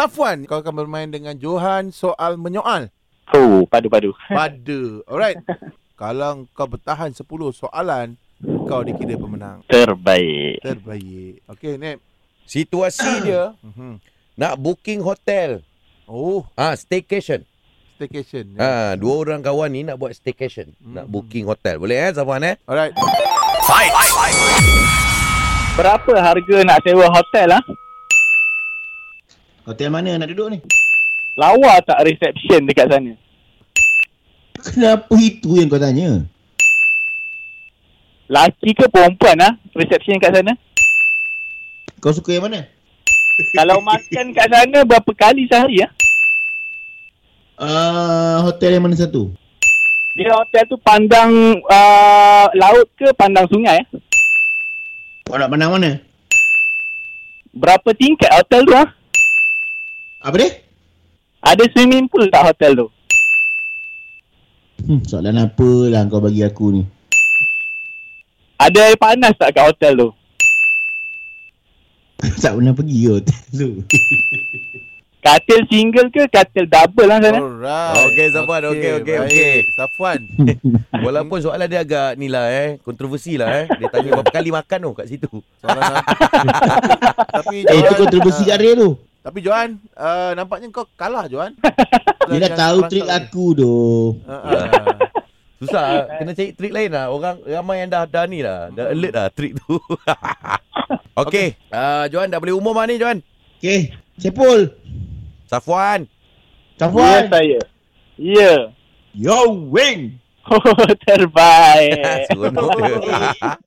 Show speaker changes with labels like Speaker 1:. Speaker 1: Safwan, kau akan bermain dengan Johan soal menyoal
Speaker 2: Oh, padu-padu.
Speaker 1: pada. Alright. Kalau kau bertahan 10 soalan, kau dikira pemenang.
Speaker 2: Terbaik.
Speaker 1: Terbaik. Okey, Nip.
Speaker 3: Situasi dia
Speaker 1: Mhm.
Speaker 3: nak booking hotel.
Speaker 1: Oh,
Speaker 3: Ah, staycation.
Speaker 1: staycation. ya.
Speaker 3: Ah, dua orang kawan ni nak buat staycation,
Speaker 1: Hmm.
Speaker 3: nak booking hotel. Boleh eh Zafan eh?
Speaker 1: Alright.
Speaker 2: Berapa harga nak sewa hotel ah?
Speaker 4: Hotel mana nak duduk ni?
Speaker 2: Lawa tak reception dekat sana?
Speaker 4: Kenapa itu yang kau tanya?
Speaker 2: Laki ke perempuan ah reception kat sana?
Speaker 4: Kau suka yang mana?
Speaker 2: Kalau makan kat sana berapa kali sehari ah?
Speaker 4: Uh, hotel yang mana satu?
Speaker 2: Dia hotel tu pandang uh, laut ke pandang sungai ah?
Speaker 4: Kau nak pandang mana?
Speaker 2: Berapa tingkat hotel tu ah?
Speaker 4: Apa dia?
Speaker 2: Ada swimming pool tak hotel tu?
Speaker 4: Hmm, soalan apa lah kau bagi aku ni?
Speaker 2: Ada air panas tak kat hotel tu?
Speaker 4: tak pernah pergi ke hotel tu.
Speaker 2: Katil single ke katil double lah sana?
Speaker 1: Alright.
Speaker 3: Okey, Safwan. Okey, okey,
Speaker 1: Ah, baik.
Speaker 3: okey.
Speaker 1: Safwan.
Speaker 3: Walaupun soalan dia agak ni lah eh, kontroversi lah eh. Dia tanya berapa kali makan tu kat situ.
Speaker 1: Soalan apa? Tapi
Speaker 4: eh, itu kontroversi kat
Speaker 1: ah,
Speaker 4: dia tu.
Speaker 1: Tapi Johan, uh, nampaknya kau kalah Johan.
Speaker 4: Dia dah tahu trik aku tu.
Speaker 1: Uh,
Speaker 3: Susah kena cari trik lain lah. Orang ramai yang dah dah ni lah,
Speaker 1: Hmm.
Speaker 3: dah alert lah trik tu. Okey, ah Johan dah boleh umum ah ni Johan.
Speaker 4: Okay. Sepul.
Speaker 3: Safwan.
Speaker 4: Oh,
Speaker 2: Ya
Speaker 4: Safwan.
Speaker 2: saya. Ya.
Speaker 4: Yo, wing.
Speaker 2: Oh, terbaik.
Speaker 1: Eh.
Speaker 3: Seronok dia.